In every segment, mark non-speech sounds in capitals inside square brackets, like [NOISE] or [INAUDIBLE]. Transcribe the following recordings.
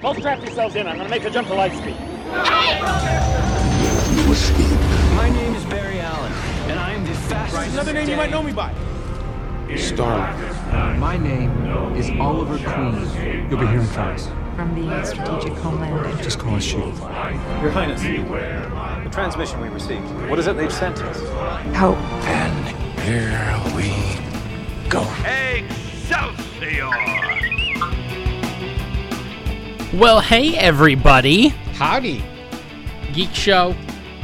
Both strap yourselves in. I'm going to make a jump to light speed. You escaped. My name is Barry Allen, and I am the fastest. Another name you might know me by. Starlight. My name is Oliver Queen. You'll be hearing from us. from the Strategic Homeland. Just call us Shield. Your Highness. The transmission we received. What is it they've sent us? Hope. And here we go. Excelsior! Well, hey, everybody. Howdy. Geek Show.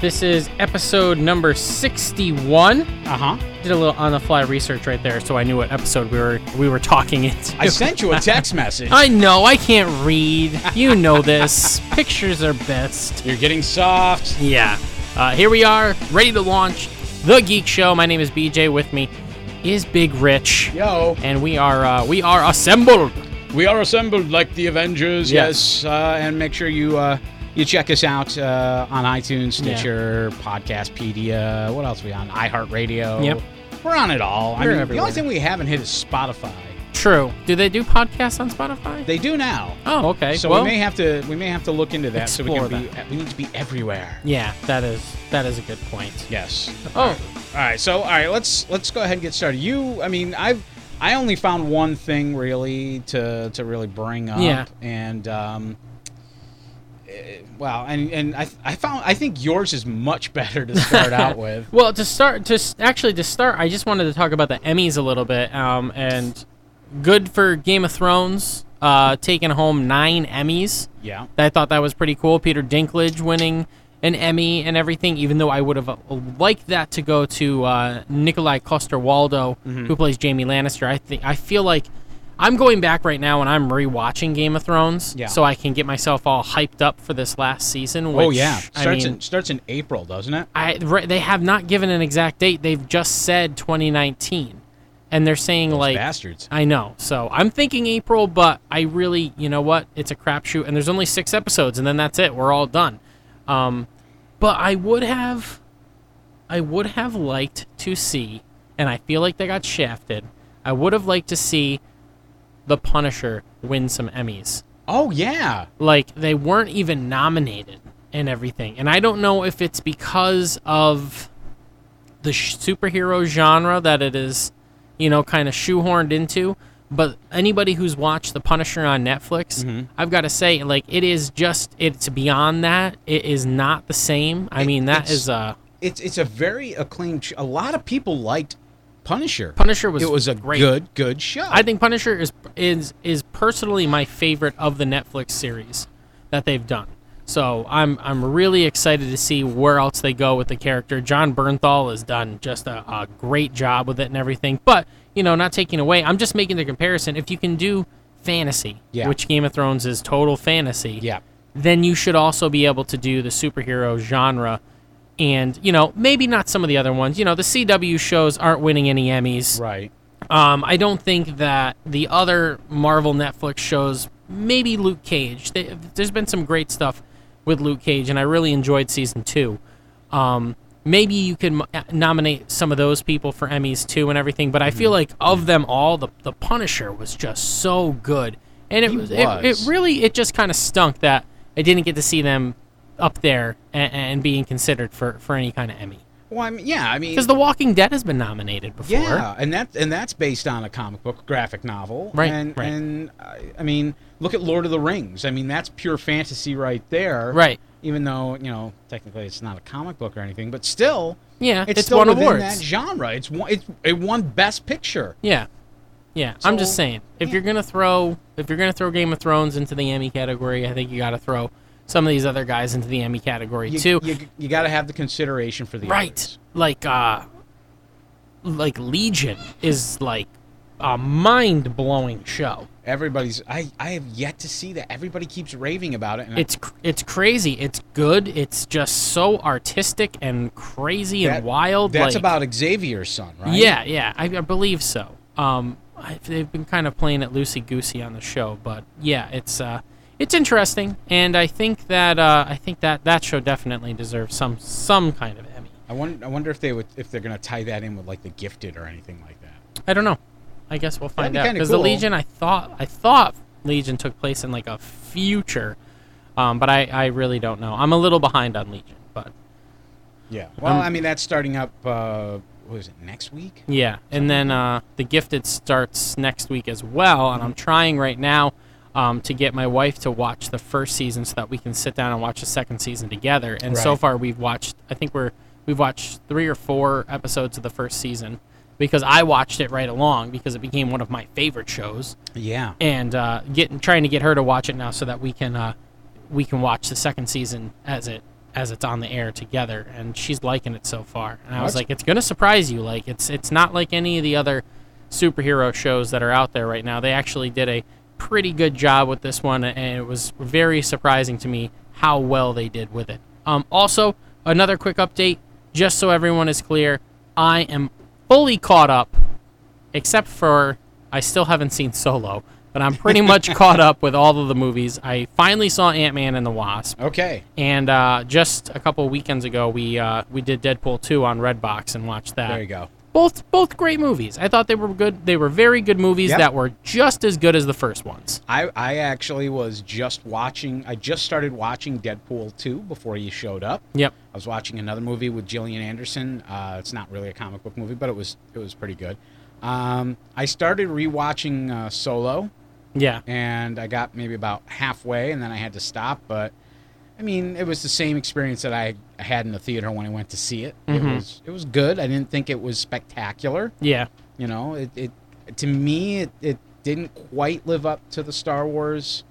This is episode number 61. Uh huh. Did a little on the fly research right there, so I knew what episode we were we were talking into. I sent you a text message. [LAUGHS] I know I can't read. You know [LAUGHS] this. Pictures are best. You're getting soft. Yeah. Uh, here we are, ready to launch the Geek Show. My name is BJ. With me is Big Rich, Yo. and we are uh, we are assembled. We are assembled like the Avengers. Yes. Yes. Uh, and make sure you uh, you check us out uh, on iTunes, Yeah. Stitcher, Podcastpedia. What else we on? iHeartRadio. Yep. We're on it all. I We're mean, the everywhere. only thing we haven't hit is Spotify. True. Do they do podcasts on Spotify? They do now. oh, okay. So well, we may have to we may have to look into that. So we Explore can be e, we need to be everywhere. yeah, that is that is a good point. Yes. Oh, All right, so all right, let's let's go ahead and get started. You, I mean, I've I only found one thing really to to really bring up, Yeah. and um, eh, well, and and I I found I think yours is much better to [LAUGHS] start out with. Well, to start, to s- actually to start, I just wanted to talk about the Emmys a little bit. Um, and good for Game of Thrones, uh, taking home nine Emmys. Yeah, I thought that was pretty cool. Peter Dinklage winning an Emmy and everything, even though I would have uh, liked that to go to uh, Nikolai Coster Waldo, Mm-hmm. who plays Jamie Lannister. I think I feel like I'm going back right now and I'm rewatching Game of Thrones, Yeah. so I can get myself all hyped up for this last season. Which, oh yeah, I starts mean, in starts in April, doesn't it? I re- they have not given an exact date. They've just said 2019, and they're saying like Bastards. I know. So I'm thinking April, but I really, you know what? It's a crapshoot, and there's only six episodes, and then that's it. We're all done. Um, but I would have, I would have liked to see, and I feel like they got shafted. I would have liked to see the Punisher win some Emmys Oh yeah, like they weren't even nominated and everything and i don't know if it's because of the sh- superhero genre that it is you know kind of shoehorned into but anybody who's watched the punisher on netflix i've got to say like it is just it's beyond that it is not the same i mean that it's- is uh it's it's a very acclaimed. Sh- a lot of people liked Punisher. punisher was it was a great good good show. I think Punisher is is is personally my favorite of the Netflix series that they've done. So I'm I'm really excited to see where else they go with the character. John Bernthal has done just a, a great job with it and everything. But you know, not taking away, I'm just making the comparison. If you can do fantasy, Yeah. which Game of Thrones is total fantasy, yeah. then you should also be able to do the superhero genre. And you know, maybe not some of the other ones. You know, the CW shows aren't winning any Emmys. Right. Um, I don't think that the other Marvel Netflix shows, maybe Luke Cage. They, there's been some great stuff with Luke Cage, and I really enjoyed season two. Um, maybe you can m- uh, nominate some of those people for Emmys too and everything. But I Mm-hmm. feel like of them all, the the Punisher was just so good, and it He was, it, it was. really it just kind of stunk that I didn't get to see them up there and, and being considered for for any kind of Emmy Well, I mean, yeah, I mean, because The Walking Dead has been nominated before. Yeah, and that and that's based on a comic book graphic novel. Right, And, right. and I, I mean, look at Lord of the Rings. I mean, that's pure fantasy right there. Right. Even though you know technically it's not a comic book or anything, but still, Yeah, it's, it's still won within awards. that genre. It's one. It's it won Best Picture. Yeah. Yeah, I'm just So, saying. If yeah. you're gonna throw, if you're gonna throw Game of Thrones into the Emmy category, I think you got to throw some of these other guys into the Emmy category You, too. you, you got to have the consideration for the right? others. Like, uh, like Legion is like a mind blowing show. Everybody's. I I have yet to see that. Everybody keeps raving about it. And It's cr- it's crazy. It's good. It's just so artistic and crazy that- and wild. That's like- about Xavier's son, right? Yeah, yeah, I, I believe so. Um, I, they've been kind of playing it loosey goosey on the show, but yeah, it's uh, it's interesting, and I think that uh, I think that that show definitely deserves some some kind of Emmy. I wonder. I wonder if they would if they're gonna tie that in with like the Gifted or anything like that. I don't know. I guess we'll find be out kinda because the cool. Legion, I thought I thought Legion took place in like a future, um, but I, I really don't know. I'm a little behind on Legion, but Yeah. Well, Um, I mean that's starting up. Uh, what is it? Next week? yeah. And then uh, the Gifted starts next week as well, Mm-hmm. and I'm trying right now um, to get my wife to watch the first season so that we can sit down and watch the second season together. And so Right. far we've watched. I think we're we've watched three or four episodes of the first season because I watched it right along because it became one of my favorite shows. Yeah. and uh, getting trying to get her to watch it now so that we can uh, we can watch the second season as it as it's on the air together and she's liking it so far and i was That's- like it's gonna surprise you like it's it's not like any of the other superhero shows that are out there right now they actually did a pretty good job with this one and it was very surprising to me how well they did with it um, also another quick update just so everyone is clear i am fully caught up except for I still haven't seen Solo, but I'm pretty [LAUGHS] much caught up with all of the movies. I finally saw Ant Man and the Wasp, Okay. and uh, just a couple weekends ago we uh, we did Deadpool two on Redbox and watched that. There you go. Both both great movies. I thought they were good. They were very good movies Yep. that were just as good as the first ones. I, I actually was just watching. I just started watching Deadpool 2 before you showed up. Yep. I was watching another movie with Gillian Anderson. Uh, it's not really a comic book movie, but it was it was pretty good. Um, I started rewatching uh, Solo, Yeah. and I got maybe about halfway, and then I had to stop. But I mean, it was the same experience that I had in the theater when I went to see it. It was it was good. I didn't think it was spectacular. Yeah. You know, it, it to me it, it didn't quite live up to the Star Wars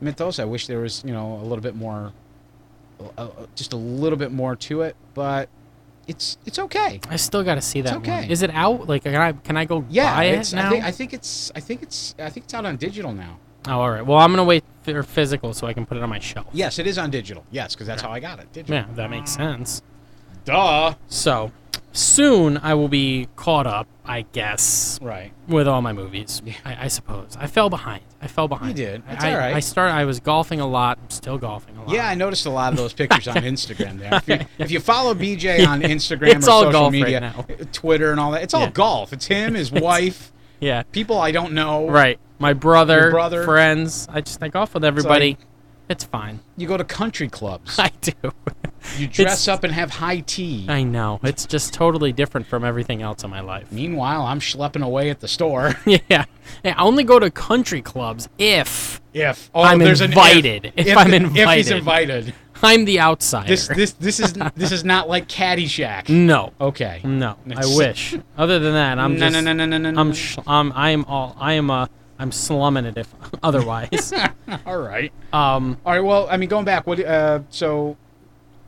mythos. I wish there was you know a little bit more, uh, uh, just a little bit more to it. But it's it's okay. I still got to see that. okay. One. Is it out? Like, can I can I go Yeah, buy it it's, now? I, think, I think it's I think it's I think it's out on digital now. oh, all right. Well, I'm gonna wait for physical so I can put it on my shelf. Yes, it is on digital. Yes, because that's how I got it. Digital. Yeah, that makes sense. Duh. So soon I will be caught up, I guess, Right. with all my movies. I, I suppose I fell behind. I fell behind. did. I- It's I, all right. I started. I was golfing a lot. I'm still golfing a lot. Yeah, I noticed a lot of those [LAUGHS] pictures on Instagram there. If you, if you follow BJ on Instagram It's or all social golf right media, now. Twitter and all that, it's all Yeah. golf. It's [LAUGHS] him, his wife, Yeah. people I don't know. Right. My brother, Your brother. friends. I just I golf with everybody. It's fine. [LAUGHS] You go to country clubs. I do. You dress It's- up and have high tea. I know. It's just totally different from everything else in my life. [LAUGHS] Meanwhile, I'm schlepping away at the store. [LAUGHS] Yeah. yeah. I only go to country clubs if If oh, I'm there's invited. An If I'm If he's invited. invited. I'm the outsider. This this [LAUGHS] this is this is not like Caddyshack. no. Okay. No, I It's- wish. Other than that, I'm No, just no, no, no, no, no, I'm no. sh- I'm I'm all I am uh I'm slumming it if [LAUGHS] [LAUGHS] otherwise. All right. um All right. Well, I mean, going back, what? Uh, so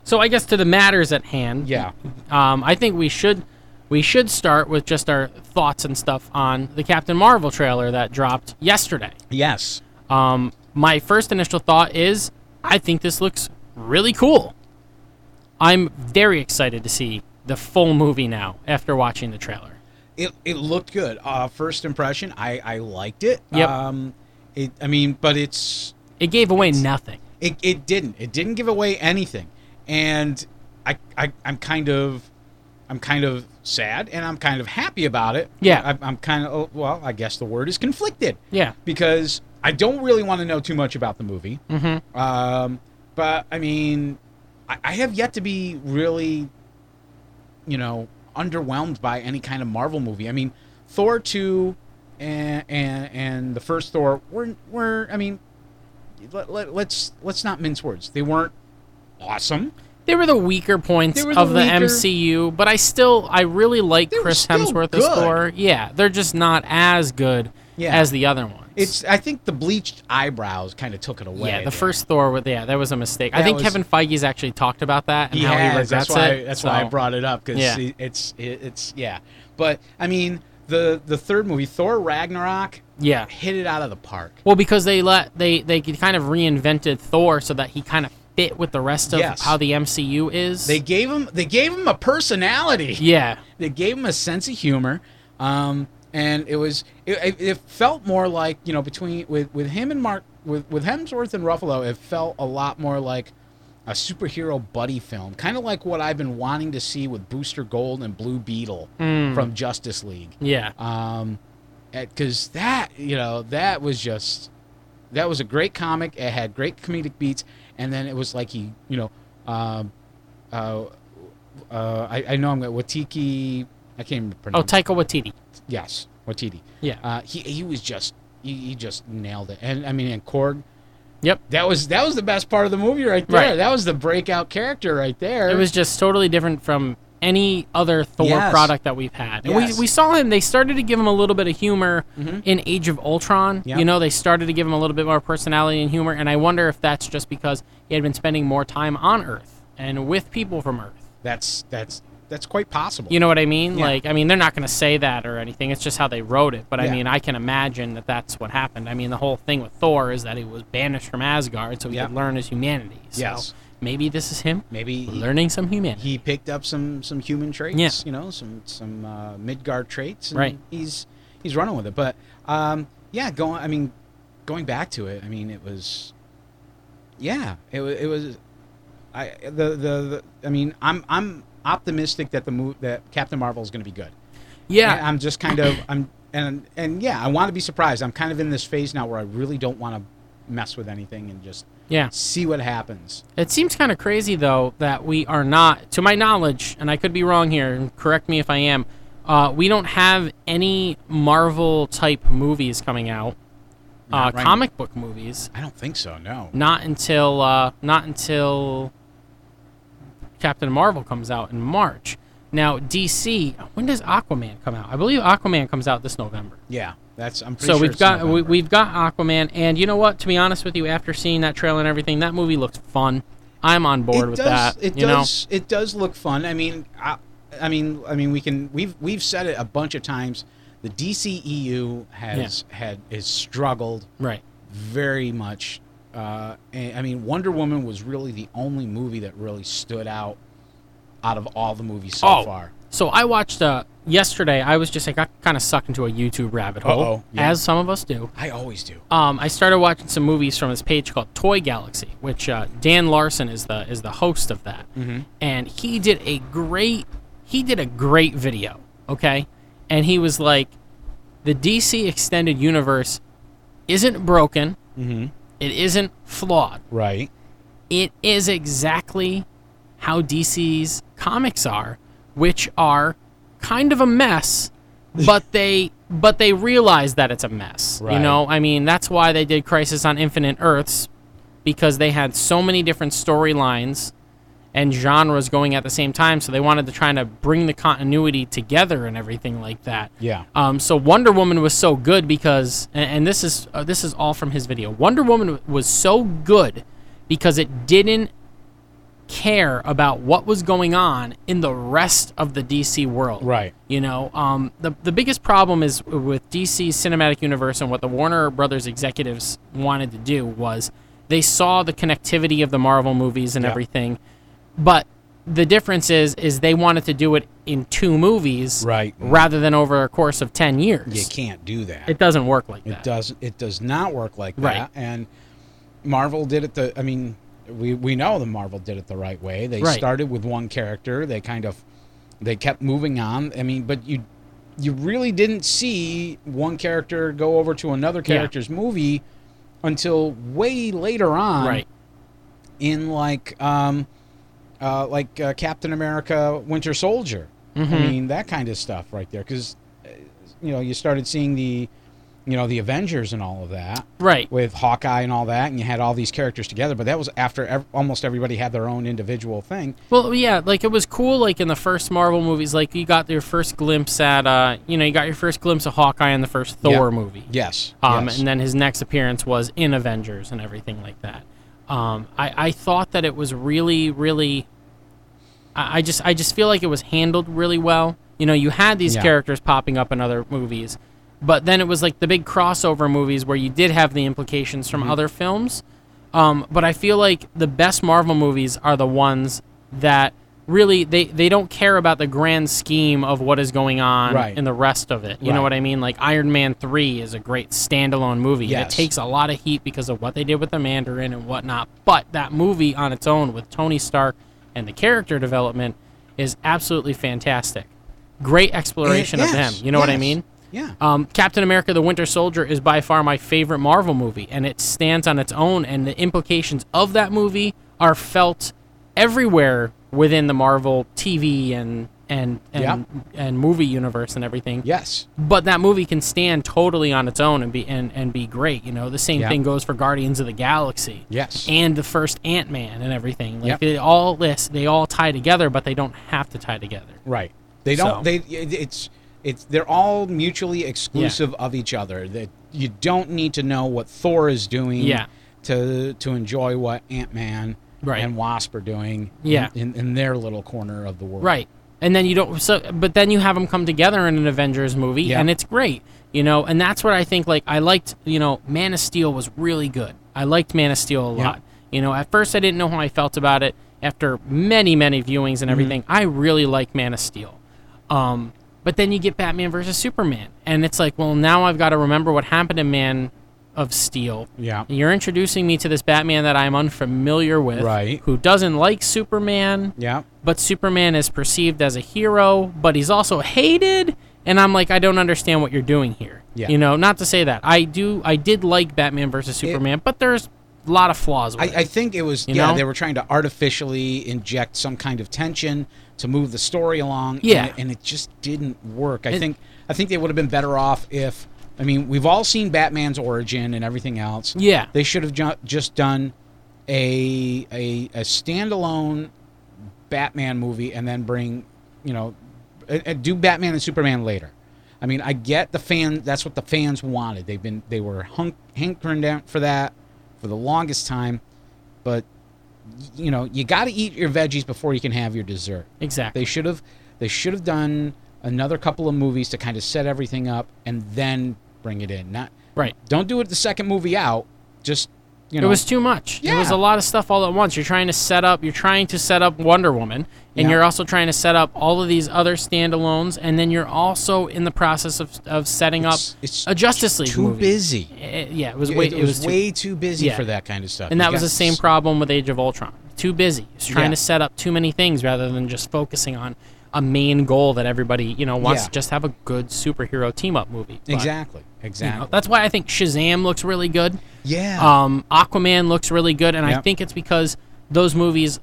so I guess to the matters at hand. yeah. Um I think we should we should start with just our thoughts and stuff on the Captain Marvel trailer that dropped yesterday. Yes. Um my first initial thought is I think this looks really cool. I'm very excited to see the full movie now after watching the trailer. It, it looked good. Uh, first impression, I, I liked it. Yep. Um, it I mean, but it's It gave away nothing. it, it didn't it didn't give away anything, and I, I I'm kind of I'm kind of sad and I'm kind of happy about it. Yeah. I'm, I'm kind of oh, well, I guess the word is conflicted. Yeah. because I don't really want to know too much about the movie. Mm-hmm. Um, but I mean, I, I have yet to be really, you know, underwhelmed by any kind of Marvel movie. I mean, Thor two and and, and the first Thor were were I mean, let, let, let's let's not mince words. They weren't awesome. They were the weaker points They were the of the weaker- MCU, but I still I really like were Chris still Hemsworth as good. Thor. Yeah, they're just not as good Yeah. as the other ones. It's I think the bleached eyebrows kind of took it away. yeah, the there. first Thor with yeah, that was a mistake. I That think was- Kevin Feige's actually talked about that and he how he has. regrets That's why. it. that's why I so- brought it up because Yeah. it's it, it's yeah. But I mean, the the third movie, Thor Ragnarok, Yeah. hit it out of the park. Well, because they let they they kind of reinvented Thor so that he kind of fit with the rest of Yes. how the MCU is. They gave him they gave him a personality. yeah. They gave him a sense of humor, um, and it was it, it, it felt more like you know between with with him and Mark with with Hemsworth and Ruffalo, it felt a lot more like. A superhero buddy film, kind of like what I've been wanting to see with Booster Gold and Blue Beetle from Justice League. Yeah. um because that you know that was just that was a great comic. It had great comedic beats, and then it was like he, you know, um, uh, uh, I, I know I'm going Watiki. I can't even Oh, pronounce. Taika Waititi. yes, Watiti. Yeah. Uh, he he was just he, he just nailed it, and I mean, and Korg. Yep. That was that was the best part of the movie right there. Right. That was the breakout character right there. It was just totally different from any other Thor Yes. product that we've had. And Yes. Mm-hmm. we, we saw him, they started to give him a little bit of humor in Age of Ultron. Yep. You know, they started to give him a little bit more personality and humor. And I wonder if that's just because he had been spending more time on Earth and with people from Earth. that's that's that's quite possible. You know what I mean? Yeah. Like, I mean, they're not going to say that or anything. It's just how they wrote it. But I Yeah. mean, I can imagine that that's what happened. I mean, the whole thing with Thor is that he was banished from Asgard so he Yeah. could learn his humanity. So Yes. maybe this is him maybe he- learning some humanity. he picked up some some human traits, Yeah. you know, some some uh, Midgard traits, and Right. He's he's running with it, but um, yeah, going. I mean, going back to it, I mean, it was, yeah, it was. It was I the, the the I mean, I'm I'm optimistic that the move that Captain Marvel is going to be good. yeah. And I'm just kind of I'm and and yeah, I want to be surprised. I'm kind of in this phase now where I really don't want to mess with anything and just yeah. see what happens. It seems kind of crazy though that we are not, to my knowledge, and I could be wrong here. And correct me if I am. Uh, we don't have any Marvel type movies coming out, uh, Not right- comic book movies. I don't think so. No. Not until uh, not until Captain Marvel comes out in March. Now DC, when does Aquaman come out? I believe Aquaman comes out this November. Yeah, that's I'm pretty So sure we've it's got we, November. we've got Aquaman, and you know what? To be honest with you, after seeing that trailer and everything, that movie looks fun. I'm on board with does, that. It you does. It does look fun. I mean, I, I mean, I mean, we can. We've we've said it a bunch of times. The DCEU has had has struggled know, right? very much. Uh, and, I mean, Wonder Woman was really the only movie that really stood out out of all the movies so Oh. far. So I watched uh, yesterday. I was just I got kind of sucked into a YouTube rabbit hole, Uh-oh, yeah. as some of us do. I always do. Um, I started watching some movies from this page called Toy Galaxy, which uh, Dan Larson is the is the host of that, and he did a great he did a great video. Okay, and he was like, the DC extended universe isn't broken. It isn't flawed. Right. It is exactly how DC's comics are, which are kind of a mess, but they but they realize that it's a mess. You Right. know, I mean, that's why they did Crisis on Infinite Earths because they had so many different storylines and genres going at the same time, so they wanted to try to bring the continuity together and everything like that. Yeah. Um, so Wonder Woman was so good because, and, and this is uh, this is all from his video. Wonder Woman w- was so good because it didn't care about what was going on in the rest of the DC world. Right. You know, um, the the biggest problem is with DC's cinematic universe and what the Warner Brothers executives wanted to do was they saw the connectivity of the Marvel movies and Yeah. everything, but the difference is is they wanted to do it in two movies Right. rather than over a course of 10 years. You can't do that. It doesn't work like It that. does. It does not work like that. Right. And Marvel did it the. I mean, we we know the Marvel did it the right way. They Right. started with one character. They kind of, they kept moving on. I mean, but you, you really didn't see one character go over to another character's movie until way later on. Right. In like, um, uh, like uh, Captain America, Winter Soldier. Mm-hmm. I mean, that kind of stuff right there. Because, you know, you started seeing the, you know, the Avengers and all of that Right. with Hawkeye and all that, and you had all these characters together. But that was after ev- almost everybody had their own individual thing. Well, yeah, like it was cool. Like in the first Marvel movies, like you got your first glimpse at, uh, you know, you got your first glimpse of Hawkeye in the first Thor movie. Yes. Um, yes. And then his next appearance was in Avengers and everything like that. Um, I, I thought that it was really, really. I, I just I just feel like it was handled really well. You know, you had these Yeah. characters popping up in other movies, but then it was like the big crossover movies where you did have the implications from Mm-hmm. other films. Um, but I feel like the best Marvel movies are the ones that really they, they don't care about the grand scheme of what is going on Right. in the rest of it. You know Right. what I mean? Like Iron Man three is a great standalone movie. and It Yes. takes a lot of heat because of what they did with the Mandarin and whatnot. But that movie on its own with Tony Stark and the character development is absolutely fantastic. Great exploration Eh, yes, of them. You know what I yes. mean? Yeah. Um, Captain America: The Winter Soldier is by far my favorite Marvel movie, and it stands on its own. And the implications of that movie are felt everywhere within the Marvel TV and and and, and movie universe and everything Yes. but that movie can stand totally on its own and be and, and be great. You know, the same Yeah. thing goes for Guardians of the Galaxy. Yes. And the first Ant Man and everything. Like Yep. they all this they all tie together, but they don't have to tie together. Right. They don't. So- They. it- It's. It's. They're all mutually exclusive of each other. That you don't need to know what Thor is doing. Yeah. To to enjoy what Ant Man. Right. And Wasp are doing. Yeah. In, in, in their little corner of the world. Right. And then you don't so but then you have them come together in an Avengers movie Yeah. and it's great. You know, and that's what I think like I liked, you know, Man of Steel was really good. I liked Man of Steel a Yeah. lot. You know, at first I didn't know how I felt about it. After many, many Mm-hmm. viewings and everything, I really like Man of Steel. Um, but then you get Batman versus Superman, and it's like, well, now I've got to remember what happened to Man of Steel. Yeah. You're introducing me to this Batman that I'm unfamiliar with, Right. Who doesn't like Superman, Yeah. but Superman is perceived as a hero, but he's also hated. And I'm like, I don't understand what you're doing here. Yeah. You know, not to say that I do. I did like Batman versus Superman, but there's a lot of flaws. With I, it. I think it was You yeah know? they were trying to artificially inject some kind of tension to move the story along and Yeah. it- and, it just didn't work I It- think I think they would have been better off if I mean we've all seen Batman's origin and everything else Yeah. they should have ju- just done a a a standalone Batman movie and then bring you know and, and do Batman and Superman later I mean I get the fan that's what the fans wanted they've been they were hunk, hankering down for that for the longest time but you know you got to eat your veggies before you can have your dessert exactly. they should have they should have done another couple of movies to kind of set everything up and then bring it in not right. don't do it the second movie out just you know It was too much. It was Yeah. a lot of stuff all at once. You're trying to set up. You're trying to set up Wonder Woman, and Yeah. you're also trying to set up all of these other standalones, and then you're also in the process of, of setting It's- up it's a Justice League too movie. busy Eh, yeah, it was it, way. it was, too- way too busy yeah. for that kind of stuff and You that was the got- same problem with Age of Ultron. Too busy. It's trying Yeah. to set up too many things rather than just focusing on a main goal that everybody you know wants Yeah. to just have a good superhero team up movie. But, exactly you know, exactly [LAUGHS] that's why I think Shazam looks really good. yeah Um, Aquaman looks really good, and I Yep. think it's because those movies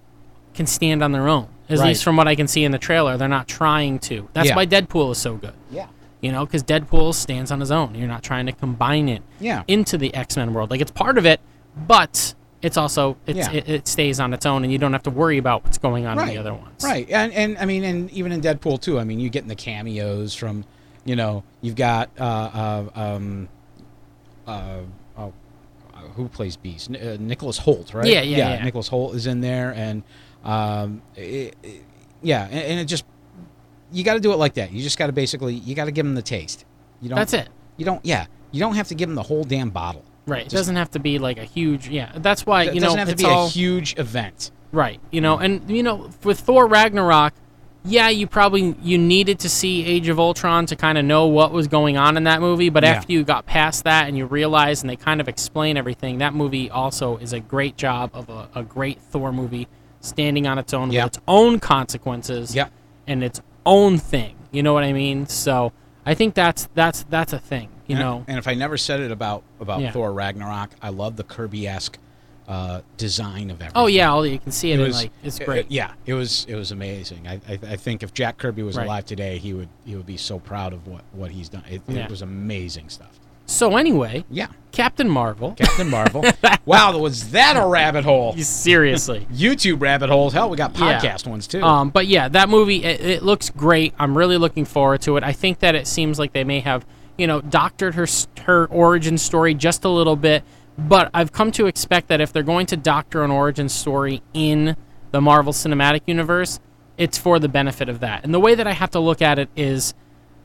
can stand on their own. At Right. least from what I can see in the trailer, they're not trying to. That's Yeah. why Deadpool is so good. yeah You know, because Deadpool stands on his own. You're not trying to combine it Yeah. into the X Men world. Like it's part of it, but it's also it's, Yeah. it, it stays on its own, and you don't have to worry about what's going on in right the other ones. right and and I mean and even in Deadpool too I mean you're getting the cameos from you know you've got uh, uh um uh, oh, uh, who plays Beast? N- uh, Nicholas Holt, right? Yeah, yeah, yeah. Nicholas Holt is in there, and um, it, it- yeah, and, and it just you got to do it like that. You just got to basically you got to give them the taste. You don't. That's it. You don't. Yeah, you don't have to give them the whole damn bottle. Right. It Just- doesn't have to be like a huge. Yeah. That's why It you know doesn't have to it's be all a huge event. right. You Hmm. know, and you know with Thor Ragnarok, yeah, you probably you needed to see Age of Ultron to kind of know what was going on in that movie. But Yeah. after you got past that and you realize and they kind of explain everything, that movie also is a great job of a, a great Thor movie standing on its own Yeah. with its own consequences. Yeah. and its own thing. You know what I mean? So I think that's that's that's a thing. You And- know, And if I never said it about about Yeah. Thor Ragnarok, I love the Kirby-esque uh, design of everything. oh yeah, all you can see it, It in, was- like it's it- great. it- yeah, it was it was amazing. I, I, I think if Jack Kirby was Right. alive today, he would he would be so proud of what what he's done. It, Yeah. it was amazing stuff. So anyway, Yeah, Captain Marvel. Captain Marvel. wow, was that a rabbit hole? [LAUGHS] Seriously. YouTube rabbit holes. Hell, we got Yeah. podcast ones too. Um, but yeah, that movie it, it looks great. I'm really looking forward to it. I think that it seems like they may have you know doctored her s- her origin story just a little bit, but I've come to expect that if they're going to doctor an origin story in the Marvel Cinematic Universe, it's for the benefit of that. And the way that I have to look at it is,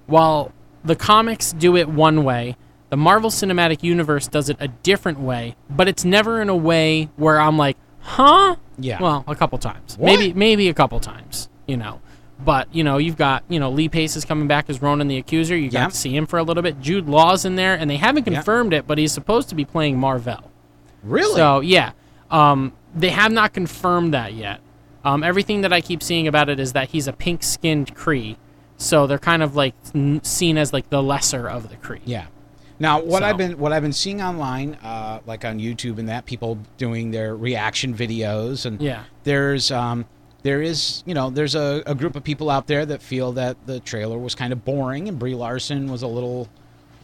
while the comics do it one way. The Marvel Cinematic Universe does it a different way, but it's never in a way where I'm like, huh? Yeah. Well, a couple times. What? Maybe maybe a couple times, you know. But, you know, you've got, you know, Lee Pace is coming back as Ronan the Accuser. You got Yeah. to see him for a little bit. Jude Law's in there, and they haven't confirmed it, but he's supposed to be playing Marvel. really? So, yeah. Um, they have not confirmed that yet. Um, everything that I keep seeing about it is that he's a pink skinned Cree So they're kind of like n- seen as like the lesser of the Kree. Yeah. Now what So- I've been what I've been seeing online, uh, like on YouTube and that, people doing their reaction videos and Yeah. there's um, there is you know there's a, a group of people out there that feel that the trailer was kind of boring and Brie Larson was a little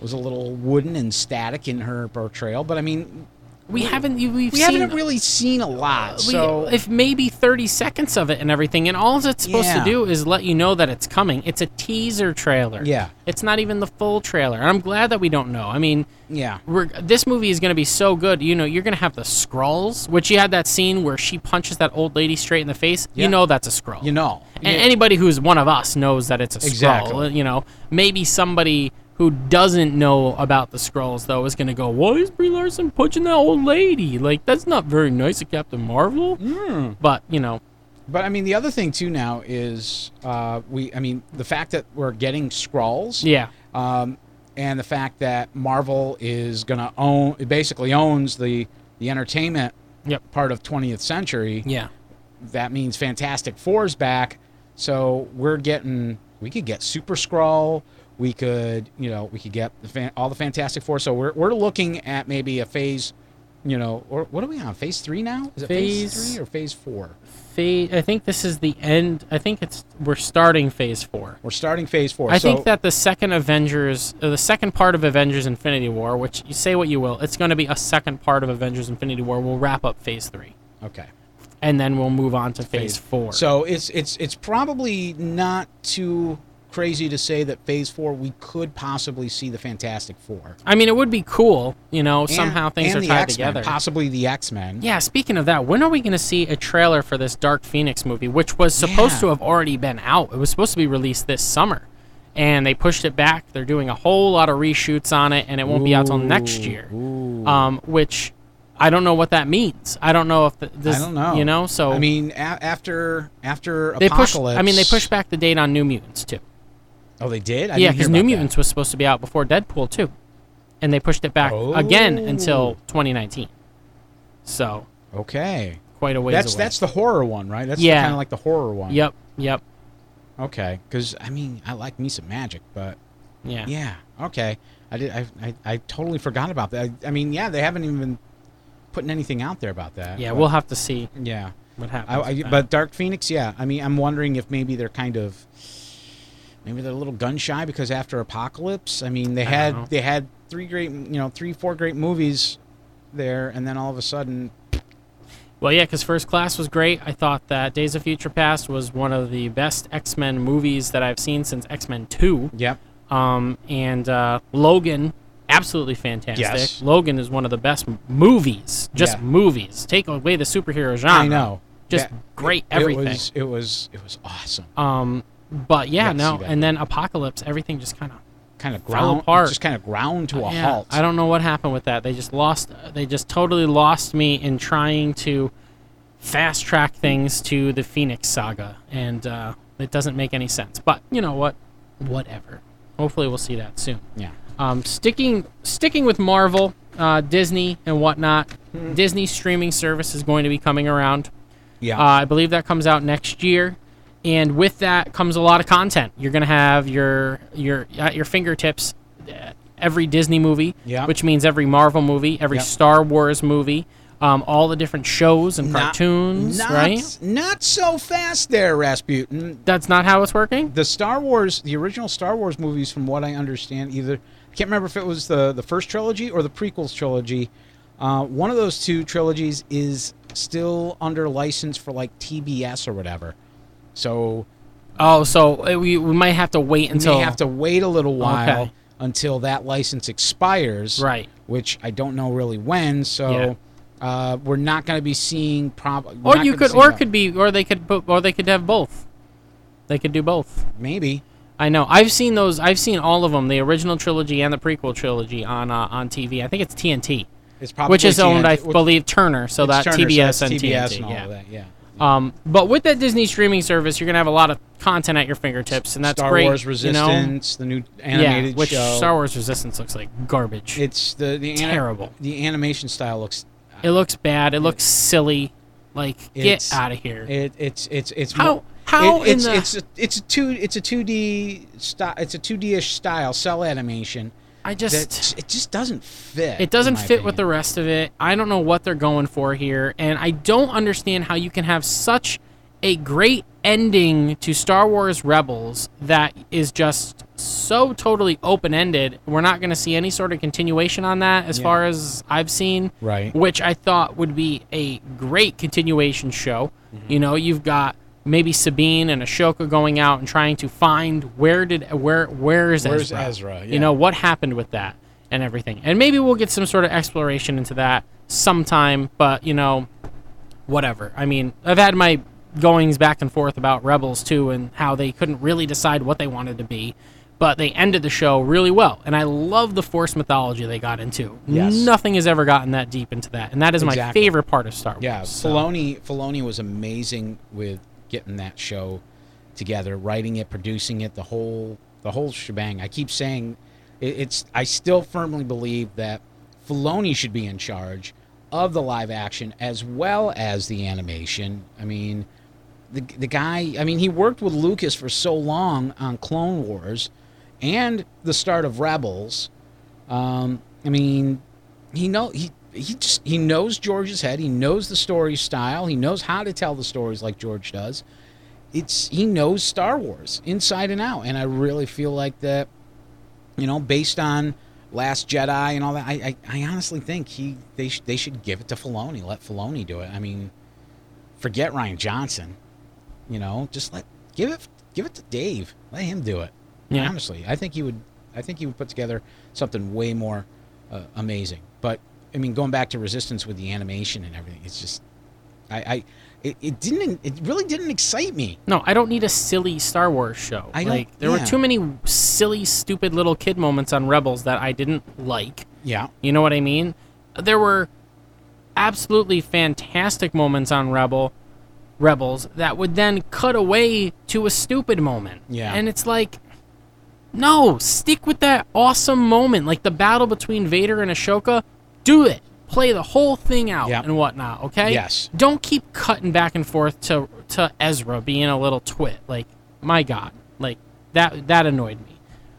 was a little wooden and static in her portrayal, but I mean We haven't we've we we seen haven't really seen a lot. we- so if maybe 30 seconds of it and everything and all it's supposed to Yeah. do is let you know that it's coming. It's a teaser trailer. Yeah. It's not even the full trailer. And I'm glad that we don't know. I mean, yeah, we're, this movie is going to be so good. You know, you're going to have the scrolls, which you had that scene where she punches that old lady straight in the face. Yeah. You know that's a scroll. you know, And anybody who's one of us knows that it's a scroll. Exactly. You know, maybe somebody who doesn't know about the scrolls though is going to go, "Why is Brie Larson punching that old lady? Like that's not very nice of Captain Marvel." Hmm. But you know, But I mean, the other thing too now is uh, we. I mean, the fact that we're getting scrawls. yeah, Um, and the fact that Marvel is going to own, it basically owns the the entertainment Yep. part of 20th century. yeah, That means Fantastic Four's back. So we're getting, we could get Super Scroll. We could, you know, we could get the fan, all the Fantastic Four. So we're, we're looking at maybe a phase, you know, or what are we on? Phase three now? Is it phase, Phase- three or phase four? phase. I think this is the end. I think it's we're starting Phase Four. We're starting phase four. I so, think that the second Avengers, uh, the second part of Avengers Infinity War, which you say what you will, it's going to be a second part of Avengers Infinity War. We'll wrap up Phase Three, okay. and then we'll move on to Phase, phase. Four. So it's it's it's probably not too crazy to say that phase four we could possibly see the Fantastic Four. I mean, it would be cool, you know, And- somehow things and are the tied X-Men, together. Possibly the X Men. yeah, speaking of that, when are we going to see a trailer for this Dark Phoenix movie, which was supposed Yeah. to have already been out? It was supposed to be released this summer, and they pushed it back. They're doing a whole lot of reshoots on it, and it won't be out till next year. Um, which I don't know what that means. I don't know if th this, I don't know. you know. So I mean, a- after after they pushed. Apocalypse. I mean, they pushed back the date on New Mutants too. Oh, they did. yeah, I didn't hear because New about that. Mutants was supposed to be out before Deadpool too, and they pushed it back again Oh. until 2019. So Okay. quite a ways That's away. that's the horror one, right? That's Yeah. kind of like the horror one. yep, yep, Okay. Because I mean, I like me some magic, but yeah. Yeah. Okay. I did. I, I, I totally forgot about that. I, I mean, yeah, they haven't even been putting anything out there about that. Yeah, but- we'll have to see Yeah. what happens. I, I, with that. but Dark Phoenix, yeah. I mean, I'm wondering if maybe they're kind of maybe they're a little gun shy because after Apocalypse, I mean, they don't know. had they had three great, you know, three four great movies there, and then all of a sudden, well, yeah, because First Class was great. I thought that Days of Future Past was one of the best X Men movies that I've seen since X Men Two. yep. Um, and uh, Logan, absolutely fantastic. Yes. Logan is one of the best m- movies, just Yeah. movies. Take away the superhero genre. I know. Just That- great everything. It was it was it was awesome. um, but yeah, Yeah, no, see that and then Apocalypse, everything just kind of Kind of fell ground, apart. just kind of ground to a Yeah, halt. I don't know what happened with that. They just lost. They just totally lost me in trying to fast track things to the Phoenix Saga, and uh, it doesn't make any sense. But you know what? Whatever. Hopefully, we'll see that soon. Yeah. Um, sticking sticking with Marvel, uh, Disney, and whatnot. Disney streaming service is going to be coming around. Yeah. Uh, I believe that comes out next year, and with that comes a lot of content. You're gonna have your your at your fingertips uh, every Disney movie, Yeah. which means every Marvel movie, every Yep. Star Wars movie, um, all the different shows and cartoons, not, right? Not so fast there, Rasputin. That's not how it's working. The Star Wars, the original Star Wars movies, from what I understand, either I can't remember if it was the the first trilogy or the prequels trilogy. Uh, one of those two trilogies is still under license for like TBS or whatever. So Oh, so uh, we, we might have to wait until they have to wait a little while Okay. until that license expires. Right. Which I don't know really when. So uh, we're not going to be seeing probably. or you could or could be or they could put or they could have both. They could do both. maybe. I know. I've seen those. I've seen all of them, the original trilogy and the prequel trilogy on uh, on TV. I think it's TNT, It's probably which is owned, I TNT which- believe, Turner. So It's that Turner, so TBS that's and TBS TNT. and all yeah. of that. Yeah. Um, but with that Disney streaming service, you're gonna have a lot of content at your fingertips, and that's Star great. Wars you know? Resistance, the new yeah, animated which show. Star Wars Resistance looks like garbage. It, it's the the ani- Terrible. the animation style looks. looks bad. It looks silly. Like, get It's- out of here. It, it's it's it's how more- How It- it's in the it's a, it's a two it's a two D style it's a two D ish style cell animation I just that it just doesn't fit. It doesn't in my fit with the opinion. rest of it. I don't know what they're going for here, and I don't understand how you can have such a great ending to Star Wars Rebels that is just so totally open ended. We're not going to see any sort of continuation on that as far as I've seen. Right. Which I thought would be a great continuation show. Mm-hmm. You know, you've got maybe Sabine and Ashoka going out and trying to find where did where where is Where's Ezra? Ezra? You Yeah. know what happened with that and everything. And maybe we'll get some sort of exploration into that sometime, but you know, whatever. I mean, I've had my goings back and forth about Rebels too and how they couldn't really decide what they wanted to be, but they ended the show really well. And I love the Force mythology they got into. Yes. Nothing has ever gotten that deep into that, and that is Exactly. my favorite part of Star Wars. Yeah, so- Filoni Filoni was amazing with getting that show together, writing it, producing it, the whole the whole shebang. I keep saying it, it's I still firmly believe that Filoni should be in charge of the live action as well as the animation. I mean, the the guy, I mean, he worked with Lucas for so long on Clone Wars and the start of Rebels. Um, I mean, he know he he just he knows George's head. He knows the story style. He knows how to tell the stories like George does. It's he knows Star Wars inside and out, and I really feel like that. You know, based on Last Jedi and all that, I I, I honestly think he they sh- they should give it to Filoni. Let Filoni do it. I mean, forget Ryan Johnson. You know, just let give it give it to Dave. Let him do it. Yeah. Honestly, I think he would. I think he would put together something way more uh, amazing. But I mean, going back to Resistance with the animation and everything, it's just I, I it, it didn't. It really didn't excite me. No, I don't need a silly Star Wars show. I don't- like there yeah. were too many silly, stupid little kid moments on Rebels that I didn't like. Yeah. You know what I mean? There were absolutely fantastic moments on Rebel Rebels that would then cut away to a stupid moment. Yeah. And it's like no, stick with that awesome moment, like the battle between Vader and Ashoka. Do it. Play the whole thing out Yep. and whatnot, okay? Yes. Don't keep cutting back and forth to to Ezra being a little twit. Like, my God. Like that that annoyed me.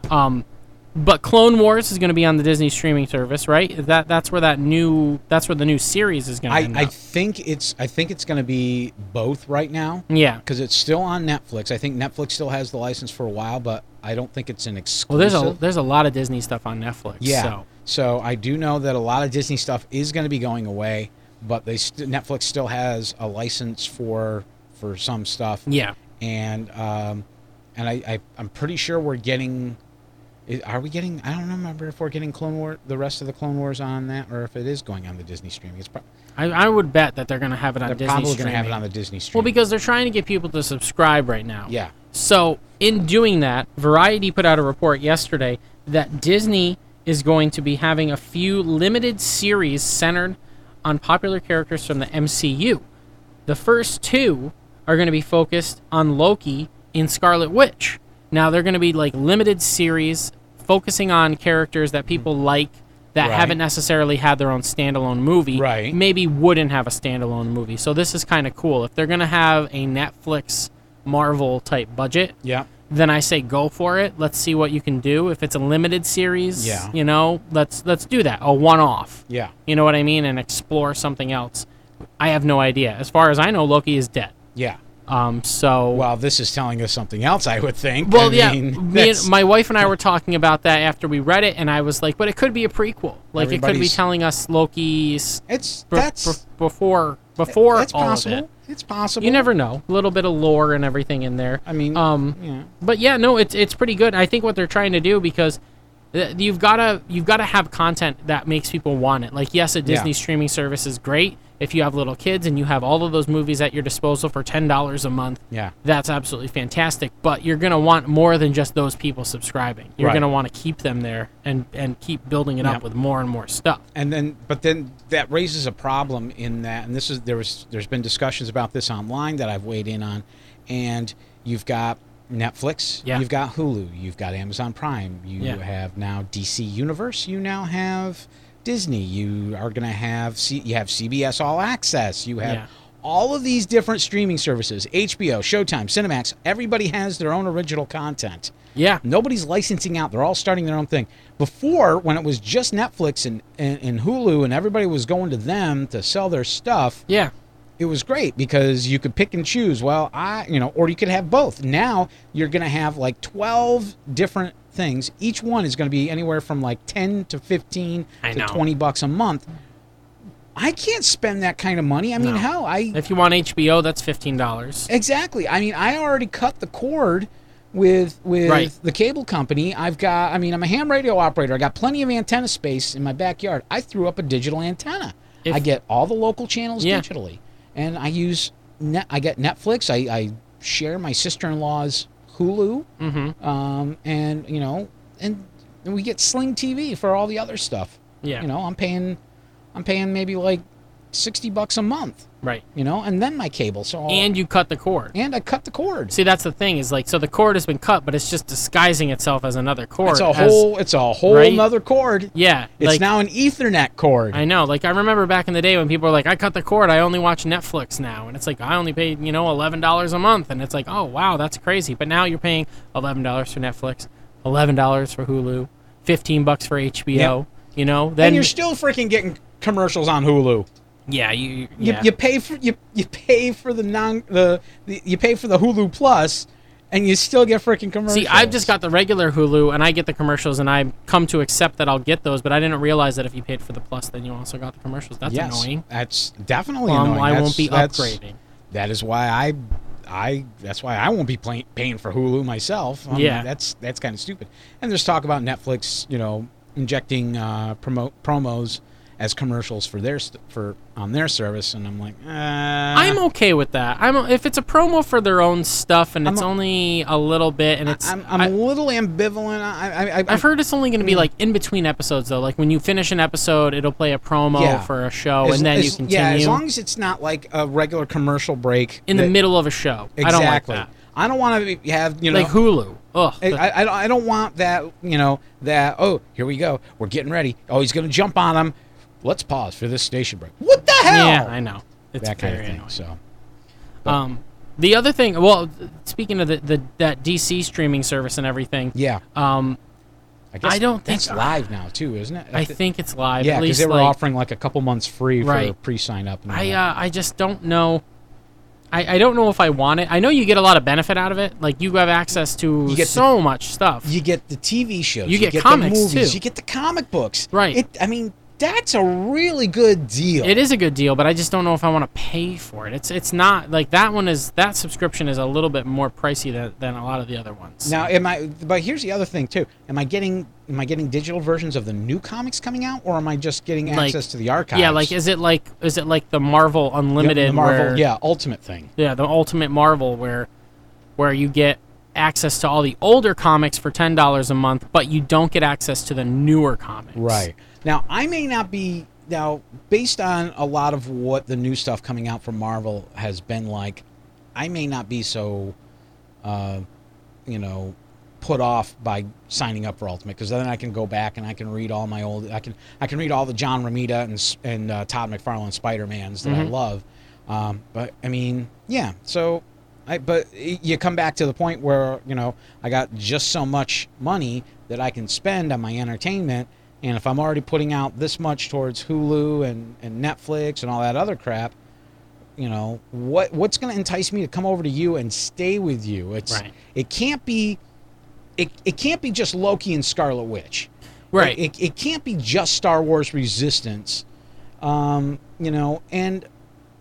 Um but Clone Wars is going to be on the Disney streaming service, right? That that's where that new that's where the new series is going to I, end I up. think it's I think it's going to be both right now Yeah. because it's still on Netflix. I think Netflix still has the license for a while, but I don't think it's an Well, exclusive. there's a there's a lot of Disney stuff on Netflix. Yeah. So. So. I do know that a lot of Disney stuff is going to be going away, but they st- Netflix still has a license for for some stuff. Yeah. And um, and I, I I'm pretty sure we're getting. i- Are we getting? I don't remember if we're getting Clone War, the rest of the Clone Wars on that, or if it is going on the Disney streaming. It's pro- I, I would bet that they're going to have it on they're Disney probably going streaming. to have it on the Disney Well, streaming. because they're trying to get people to subscribe right now. yeah, So, in doing that, Variety put out a report yesterday that Disney is going to be having a few limited series centered on popular characters from the MCU. The first two are going to be focused on Loki and Scarlet Witch. Now, they're going to be like limited series focusing on characters that people like that Mm-hmm. Right. haven't necessarily had their own standalone movie Right. maybe wouldn't have a standalone movie. So this is kind of cool. If they're going to have a Netflix Marvel type budget, yeah. then I say go for it. Let's see what you can do. If it's a limited series, Yeah. you know, let's let's do that. A one-off. Yeah. You know what I mean and explore something else. I have no idea. As far as I know, Loki is dead. Yeah. Um so Well, this is telling us something else, I would think. well, I yeah. mean, me and, that's- my wife and I were talking about that after we read it, and I was like, "But it could be a prequel. Like it could be Everybody's- telling us Loki's it's be- that's be- before before that's all of possible. it. It's possible. You never know. A little bit of lore and everything in there. I mean, um, yeah. but yeah, no, it's it's pretty good. I think what they're trying to do because th- you've gotta you've gotta have content that makes people want it. Like yes, a Disney Yeah. streaming service is great if you have little kids and you have all of those movies at your disposal for ten dollars a month. Yeah. that's absolutely fantastic. But you're gonna want more than just those people subscribing. You're Right. gonna want to keep them there and and keep building it Yeah. up with more and more stuff. and then but then that raises a problem in that and this is there was there's been discussions about this online that I've weighed in on and you've got Netflix, Yeah. you've got Hulu, you've got Amazon Prime, you Yeah. have now DC Universe, you now have Disney, you are going to have C- you have CBS All Access, you have Yeah. all of these different streaming services HBO, Showtime, Cinemax everybody has their own original content. Yeah. Nobody's licensing out. They're all starting their own thing. Before, when it was just Netflix and, and, and Hulu and everybody was going to them to sell their stuff, Yeah. it was great because you could pick and choose. Well, I, you know, or you could have both. Now you're going to have like 12 different things. Each one is going to be anywhere from like 10 to 15 I to know. 20 bucks a month. I can't spend that kind of money. I mean, No. hell, I If you want HBO, that's fifteen dollars. Exactly. I mean, I already cut the cord with with Right. the cable company. I've got. I mean, I'm a ham radio operator. I got plenty of antenna space in my backyard. I threw up a digital antenna. If- I get all the local channels Yeah. digitally, and I use. Net, I get Netflix. I, I share my sister-in-law's Hulu, mm-hmm. um, and you know, and, and we get Sling TV for all the other stuff. Yeah. You know, I'm paying, I'm paying maybe like sixty bucks a month. Right. You know, and then my cable. So I'll- And you cut the cord. and I cut the cord. See, that's the thing is like, so the cord has been cut, but it's just disguising itself as another cord. It's a as- whole, it's a whole Right? nother cord. Yeah. It's like, now an Ethernet cord. I know. Like I remember back in the day when people were like, "I cut the cord. I only watch Netflix now," and it's like I only paid you know eleven dollars a month, and it's like, oh wow, that's crazy. But now you're paying eleven dollars for Netflix, eleven dollars for Hulu, fifteen bucks for HBO. You know, then and you're still freaking getting commercials on Hulu. yeah, you you- You, yeah. you pay for you, you pay for the non the, the you pay for the Hulu Plus, and you still get freaking commercials. See, I've just got the regular Hulu, and I get the commercials, and I come to accept that I'll get those. But I didn't realize that if you paid for the plus, then you also got the commercials. That's yes, annoying. That's definitely Um, annoying. I won't That's- be that's- upgrading. That is why I, I that's why I won't be playing, paying for Hulu myself. I mean, Yeah. that's that's kind of stupid. And there's talk about Netflix, you know, injecting uh, promo promos as commercials for their st- for on their service, and I'm like, uh, I'm okay with that. I'm if it's a promo for their own stuff, and I'm it's a- only a little bit, and it's I'm, I'm am I- a Mm. little ambivalent. I, I, I, I've heard it's only going to be like in between episodes though. Like when you finish an episode, it'll play a promo Yeah. for a show, as- and then you as- continue Yeah, as long as it's not like a regular commercial break in the that- middle of a show. I don't like Exactly. that. I don't want to have you know Like Hulu. Ugh. I, the- I, I don't- I don't want that, you know, that, oh, here we go. We're getting ready. Oh, he's going to jump on him. Let's pause for this station break. What the hell? yeah, I know. It's That kind very of thing. annoying. So, Um, the other thing, well, th- speaking of the, the that DC streaming service and everything, yeah. um, I, guess I don't think- that's live now, too, isn't it? I think it's live. Yeah, at because least they were like, offering like a couple months free for Right. pre sign up. And all I that. uh, I just don't know. I, I don't know if I want it. I know you get a lot of benefit out of it. Like you have access to You get to- so much stuff. you get the TV shows, You get the comics, movies, too. you get the comic books. Right. It, I mean, that's a really good deal. It is a good deal, but I just don't know if I want to pay for it. It's it's not like that one is that subscription is a little bit more pricey than, than a lot of the other ones. Now, am I? But here's the other thing too. Am I getting? Am I getting digital versions of the new comics coming out, or am I just getting Like- access to the archives? yeah, like is it like is it like the Marvel Yep, Unlimited the Marvel, where- yeah, Ultimate thing. yeah, the Ultimate Marvel where where you get access to all the older comics for ten dollars a month, but you don't get access to the newer comics. Right. Now, I may not be now based on a lot of what the new stuff coming out from Marvel has been like, I may not be so uh, you know, put off by signing up for Ultimate because then I can go back and I can read all my old I can I can read all the John Romita and S- and uh, Todd McFarlane Spider-Mans that I love. Um, but I mean, yeah. So I but y- you come back to the point where, you know, I got just so much money that I can spend on my entertainment and if I'm already putting out this much towards Hulu and, and Netflix and all that other crap, you know what what's going to entice me to come over to you and stay with you it's Right. it can't be it, it can't be just loki and scarlet witch Right. it, it, it can't be just star wars resistance um you know and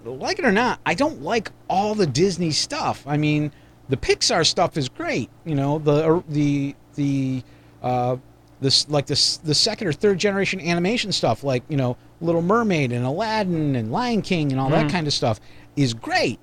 like it or not i don't like all the disney stuff i mean the pixar stuff is great you know the the the uh this like this the second or third generation animation stuff like you know little mermaid and aladdin and lion king and all Mm-hmm. that kind of stuff is great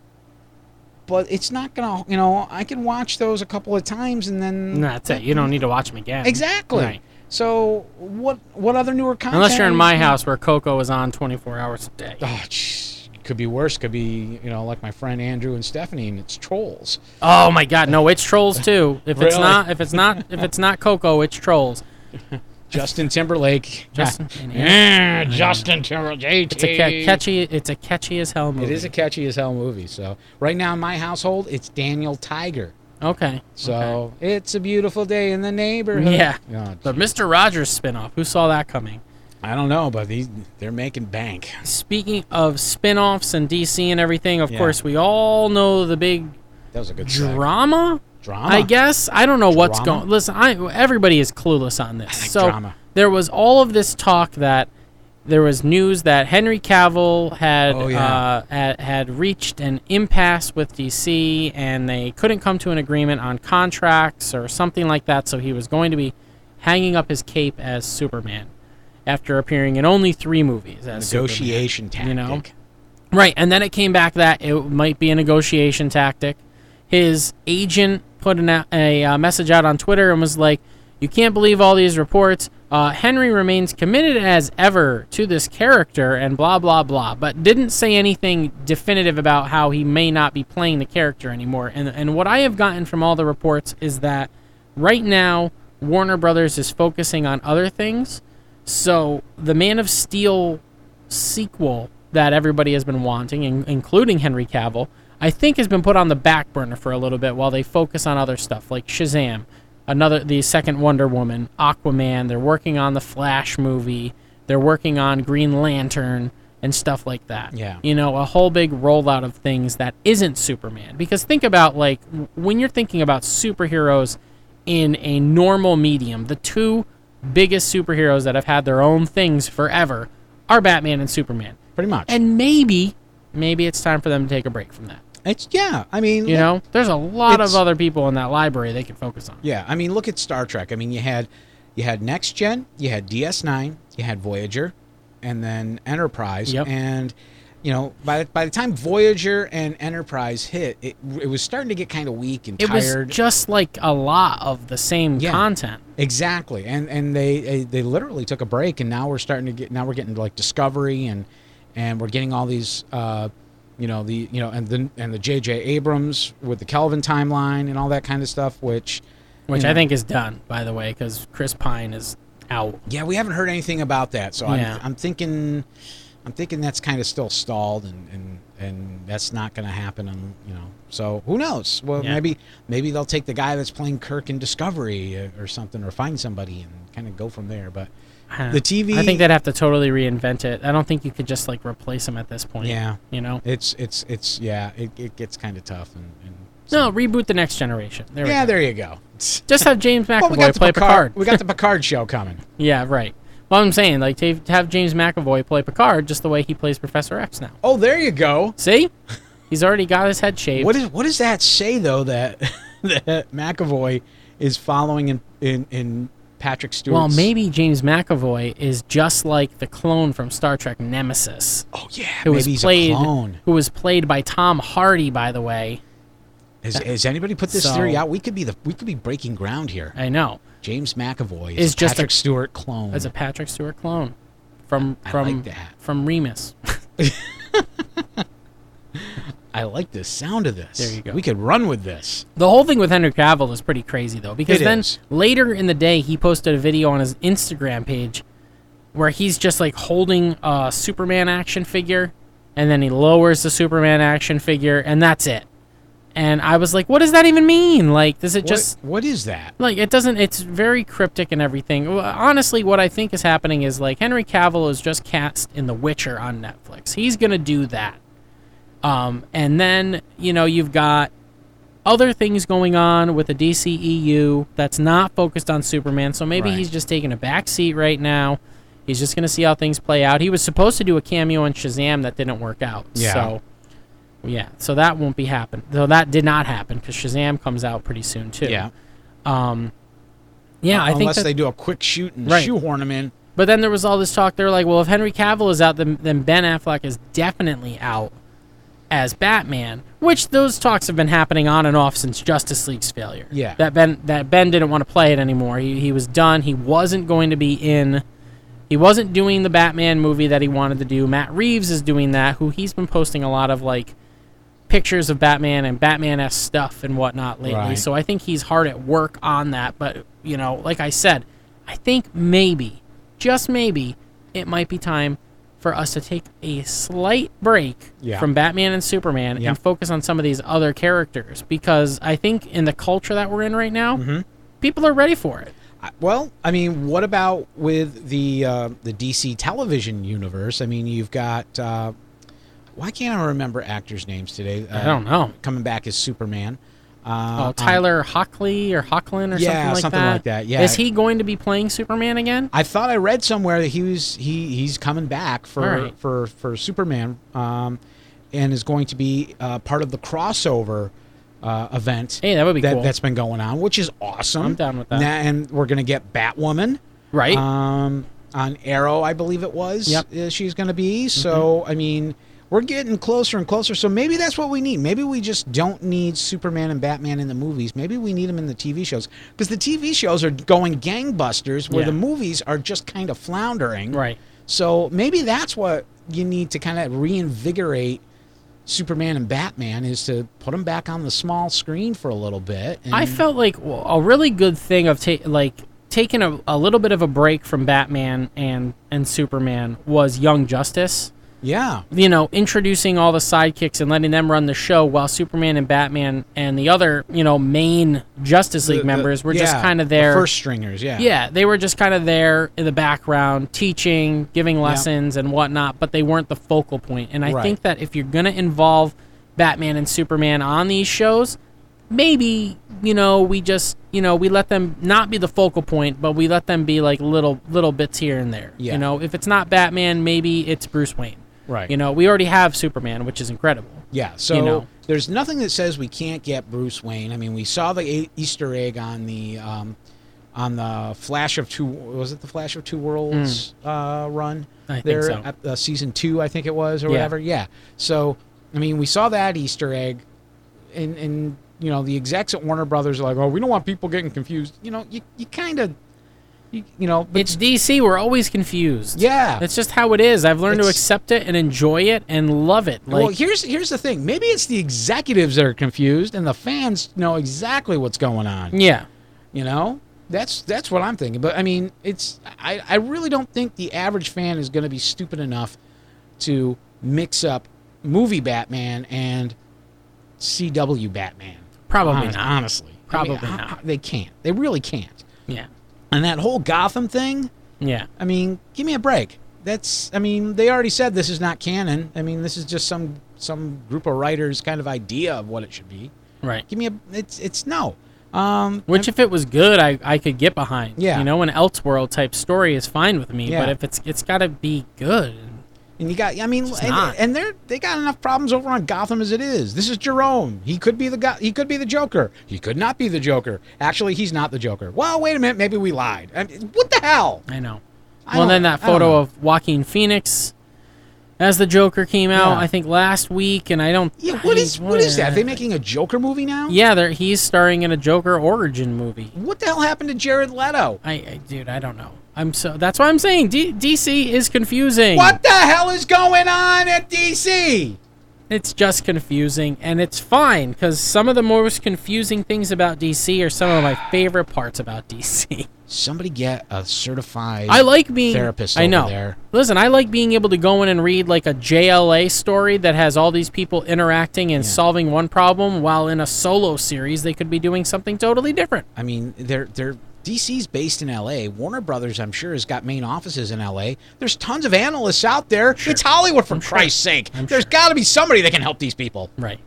but it's not gonna you know i can watch those a couple of times and then No, that's it. You don't need to watch them again. exactly Right. so what what other newer content Unless you're in my house. house where Coco is on 24 hours a day. oh, jeez, could be worse. Could be you know like my friend Andrew and Stephanie, and it's trolls. Oh my God! No, it's trolls too. If it's Really? not, if it's not, if it's not Coco, it's trolls. Justin Timberlake. [LAUGHS] [LAUGHS] Justin- yeah, Justin Timberlake. It's a ca- catchy. It's a catchy as hell movie. It is a catchy as hell movie. So right now in my household, it's Daniel Tiger. okay. okay. So it's a beautiful day in the neighborhood. Yeah. Oh, the Mister Rogers spinoff. Who saw that coming? I don't know, but these they're making bank. Speaking of spin-offs and DC and everything, of Yeah. course we all know the big That was a good segue. drama. drama. I guess I don't know what's Drama? going. Listen, I everybody is clueless on this. like so drama. there was all of this talk that there was news that Henry Cavill had Oh, yeah. uh, had, had reached an impasse with DC, and they couldn't come to an agreement on contracts or something like that. So he was going to be hanging up his cape as Superman after appearing in only three movies as Superman. Negotiation tactic. you know? Right, and then it came back that it might be a negotiation tactic. His agent put an, a uh, message out on Twitter and was like, "You can't believe all these reports. Uh, Henry remains committed as ever to this character, and blah blah blah." But didn't say anything definitive about how he may not be playing the character anymore. And and what I have gotten from all the reports is that right now Warner Brothers is focusing on other things. So the Man of Steel sequel that everybody has been wanting, in- including Henry Cavill, I think has been put on the back burner for a little bit while they focus on other stuff like Shazam, another the second Wonder Woman, Aquaman. They're working on the Flash movie. They're working on Green Lantern and stuff like that. Yeah. You know, a whole big rollout of things that isn't Superman. Because think about like w- when you're thinking about superheroes in a normal medium, the two biggest superheroes that have had their own things forever are Batman and Superman. Pretty much. And And maybe, maybe it's time for them to take a break from that. it's yeah. I mean, You look- know, there's a lot It's- of other people in that library they could focus on. Yeah, I mean, look at Star Trek. I mean, you had you had Next Gen, you had DS9, you had Voyager, and then Enterprise. Yep. And you know, by by the time Voyager and Enterprise hit, it it was starting to get kind of weak and It tired. was just like a lot of the same Yeah. content. exactly. And and they, they they literally took a break, and now we're starting to get now we're getting like Discovery and and we're getting all these. Uh, you know the you know and the and the J.J. Abrams with the Kelvin timeline and all that kind of stuff, which Which Yeah. I think is done, by the way, because Chris Pine is out. Yeah, we haven't heard anything about that, so Yeah. I'm, I'm thinking, I'm thinking that's kind of still stalled, and and and that's not going to happen, and you know, so who knows? Well, Yeah. maybe maybe they'll take the guy that's playing Kirk in Discovery uh, or something, or find somebody and kind of go from there. But I don't The know. TV I think they'd have to totally reinvent it. I don't think you could just like replace him at this point. Yeah. You know? it's it's it's yeah, it, it gets kind of tough, and, and No, reboot the next generation. There we yeah, go. there you go. Just have James McAvoy Well, we got the play Picard. Picard. We got the Picard show coming. [LAUGHS] Yeah, right. Well, I'm saying like to to have James McAvoy play Picard just the way he plays Professor X now. Oh, there you go. [LAUGHS] See, he's already got his head shaved. What is what does that say though that [LAUGHS] that McAvoy is following in in, in Patrick Stewart? well, maybe James McAvoy is just like the clone from Star Trek Nemesis, Oh yeah, who maybe was he's played a clone. who was played by Tom Hardy, by the way. Has, has anybody put this So- theory out? We could be the we could be breaking ground here. I know James McAvoy is, Is a just a- Patrick Stewart clone. as a Patrick Stewart clone from Hmm. I from like that. from Remus. [LAUGHS] I like the sound of this. There you go. We could run with this. The whole thing with Henry Cavill is pretty crazy though, because It then is. later in the day he posted a video on his Instagram page where he's just like holding a Superman action figure, and then he lowers the Superman action figure, and that's it. And I was like, what does that even mean? Like, does it What- just what is that? like it doesn't it's very cryptic and everything Well, honestly what i think is happening is like henry cavill is just cast in the witcher on netflix he's gonna do that um, and then you know you've got other things going on with the dceu that's not focused on superman so maybe Right. he's just taking a back seat right now he's just gonna see how things play out he was supposed to do a cameo in shazam that didn't work out Yeah. so yeah so that won't be happen though that did not happen because shazam comes out pretty soon too Yeah, yeah, I think unless that, they do a quick shoot and Right. shoehorn him in. But then there was all this talk. They were like, well, if Henry Cavill is out, then, then Ben Affleck is definitely out as Batman. Which those talks have been happening on and off since Justice League's failure. Yeah. that Ben that Ben didn't want to play it anymore. He he was done. He wasn't going to be in. He wasn't doing the Batman movie that he wanted to do. Matt Reeves is doing that. Who he's been posting a lot of like pictures of Batman and Batman esque stuff and whatnot lately. Right. So I think he's hard at work on that. But you know, like I said, I think maybe, just maybe, it might be time for us to take a slight break Yeah. from Batman and Superman Yeah. and focus on some of these other characters because I think in the culture that we're in right now, Mm-hmm. people are ready for it. I- Well, I mean, what about with the uh, the DC television universe? I mean, you've got uh, why can't I remember actors' names today? Uh, I don't know. Coming back as Superman. Uh, Oh, Tyler Hockley or Hocklin or Yeah, something like something that. like that, yeah. Uh, Is he going to be playing Superman again? I thought I read somewhere that he was he he's coming back for All right. for for Superman, um, and is going to be uh, part of the crossover uh, event. Hey, that would be that, cool. That's been going on, which is awesome. I'm down with that. Na- and we're gonna get Batwoman, Right. Um, on Arrow, I believe it was. Yep. Mm-hmm. uh, she's gonna be. So I mean. We're getting closer and closer, so maybe that's what we need. Maybe we just don't need Superman and Batman in the movies. Maybe we need them in the TV shows because the TV shows are going gangbusters, where Yeah. the movies are just kind of floundering. Right. So maybe that's what you need to kind of reinvigorate Superman and Batman is to put them back on the small screen for a little bit. And I felt like well, a really good thing of ta- like taking a, a little bit of a break from Batman and and Superman was Young Justice. yeah, You know, introducing all the sidekicks and letting them run the show while Superman and Batman and the other you know main Justice League members were just yeah, kind of the there. first stringers. Yeah, yeah, they were just kind of there in the background, teaching, giving lessons, and whatnot, but they weren't the focal point. And I Right. think that if you're going to involve Batman and Superman on these shows, maybe, you know, we just, you know, we let them not be the focal point, but we let them be like little little bits here and there. Yeah. You know, if it's not Batman, maybe it's Bruce Wayne. Right. You know, we already have Superman, which is incredible. yeah. So You know. there's nothing that says we can't get Bruce Wayne. I mean, we saw the e- Easter egg on the um, on the Flash of Two. Was it the Flash of Two Worlds uh, run? Hmm. I think there so. at uh, season two, I think it was, or Yeah. whatever. Yeah. So I mean, we saw that Easter egg, and and you know the execs at Warner Brothers are like, oh, we don't want people getting confused. You know, you you kind of, you, you know, but It's DC. We're always confused. Yeah. That's just how it is. I've learned to It's- accept it and enjoy it and love it. Like, well, here's here's the thing. Maybe it's the executives that are confused, and the fans know exactly what's going on. yeah. You know, that's that's what I'm thinking. But I mean, it's I I really don't think the average fan is going to be stupid enough to mix up movie Batman and CW Batman. Probably Hon- not. Honestly, I Probably mean, I- not. I- They can't. They really can't. Yeah. And that whole Gotham thing. Yeah. I mean, give me a break. That's I mean, they already said this is not canon. I mean, this is just some some group of writers kind of idea of what it should be. Right. Give me a it's it's no. Um Which, if it was good, I, I could get behind. Yeah. You know, an Elseworld type story is fine with me, but Yeah. if it's it's got to be good. and you got I mean and, not. and they're they got enough problems over on Gotham as it is. This is Jerome. He could be the go- he could be the Joker. He could not be the Joker. Actually, he's not the Joker. Well, wait a minute, maybe we lied. I mean, what the hell? I know. I well, don't- then that I don't know. photo of Joaquin Phoenix as the Joker came out, Yeah. I think last week, and I don't. Yeah, what I- is what is that? Are they making a Joker movie now? Yeah, they're- he's starring in a Joker origin movie. What the hell happened to Jared Leto? I, I dude, I don't know. I'm so that's why I'm saying D- DC is confusing. What the hell is going on at DC? It's just confusing, and it's fine because some of the most confusing things about DC are some of my favorite parts about DC. Somebody get a certified. I like being Therapist I over know. there. Listen, I like being able to go in and read like a JLA story that has all these people interacting and solving one problem, while in a solo series they could be doing something totally different. I mean, they're they're DC's based in L.A. Warner Brothers, I'm sure, has got main offices in L.A. There's tons of analysts out there. It's Hollywood, for Christ's sake. There's got to be somebody that can help these people. Right.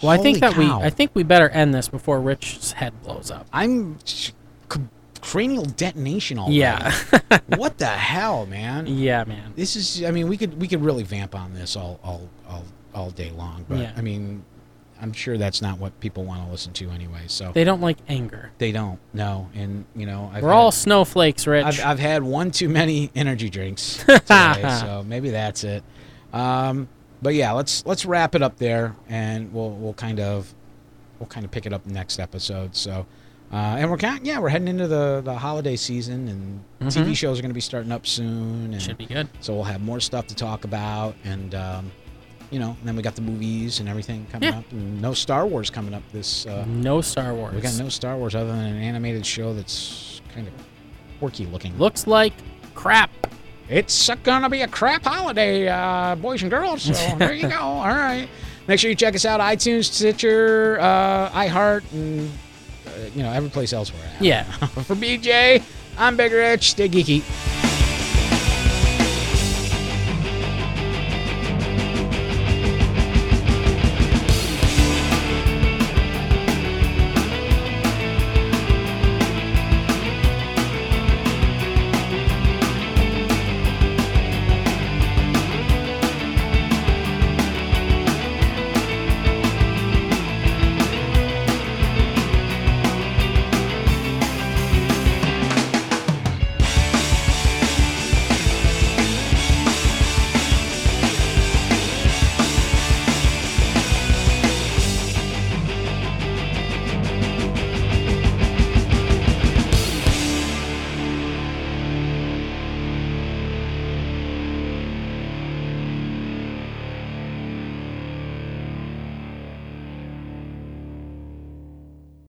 Well, I think Holy that we cow. I think we better end this before Rich's head blows up. I'm c- cranial detonation already. Yeah. [LAUGHS] what the hell, [LAUGHS] man? yeah, man. This is. I mean, we could we could really vamp on this all all all, all day long. But Yeah. I mean, I'm sure that's not what people want to listen to anyway. So. They don't like anger. They don't. No, and you know, I've We're had, all snowflakes, Rich. I've, I've had one too many [LAUGHS] energy drinks, today, so maybe that's it. Um, but yeah, let's let's wrap it up there, and we'll we'll kind of we'll kind of pick it up next episode. So, uh, and we're kind yeah we're heading into the the holiday season, and TV shows are going to be starting up soon, and Mm-hmm. Should be good. so we'll have more stuff to talk about, and um, you know, and then we got the movies and everything coming Yeah. up. And no Star Wars coming up this uh, No Star Wars. we got no Star Wars other than an animated show that's kind of quirky looking. Looks like crap. It's gonna be a crap holiday, uh, boys and girls. So there you go. All right. Make sure you check us out: iTunes, Stitcher, uh, iHeart, and uh, you know every place else we're at. Yeah. For BJ, I'm Big Rich. Stay geeky.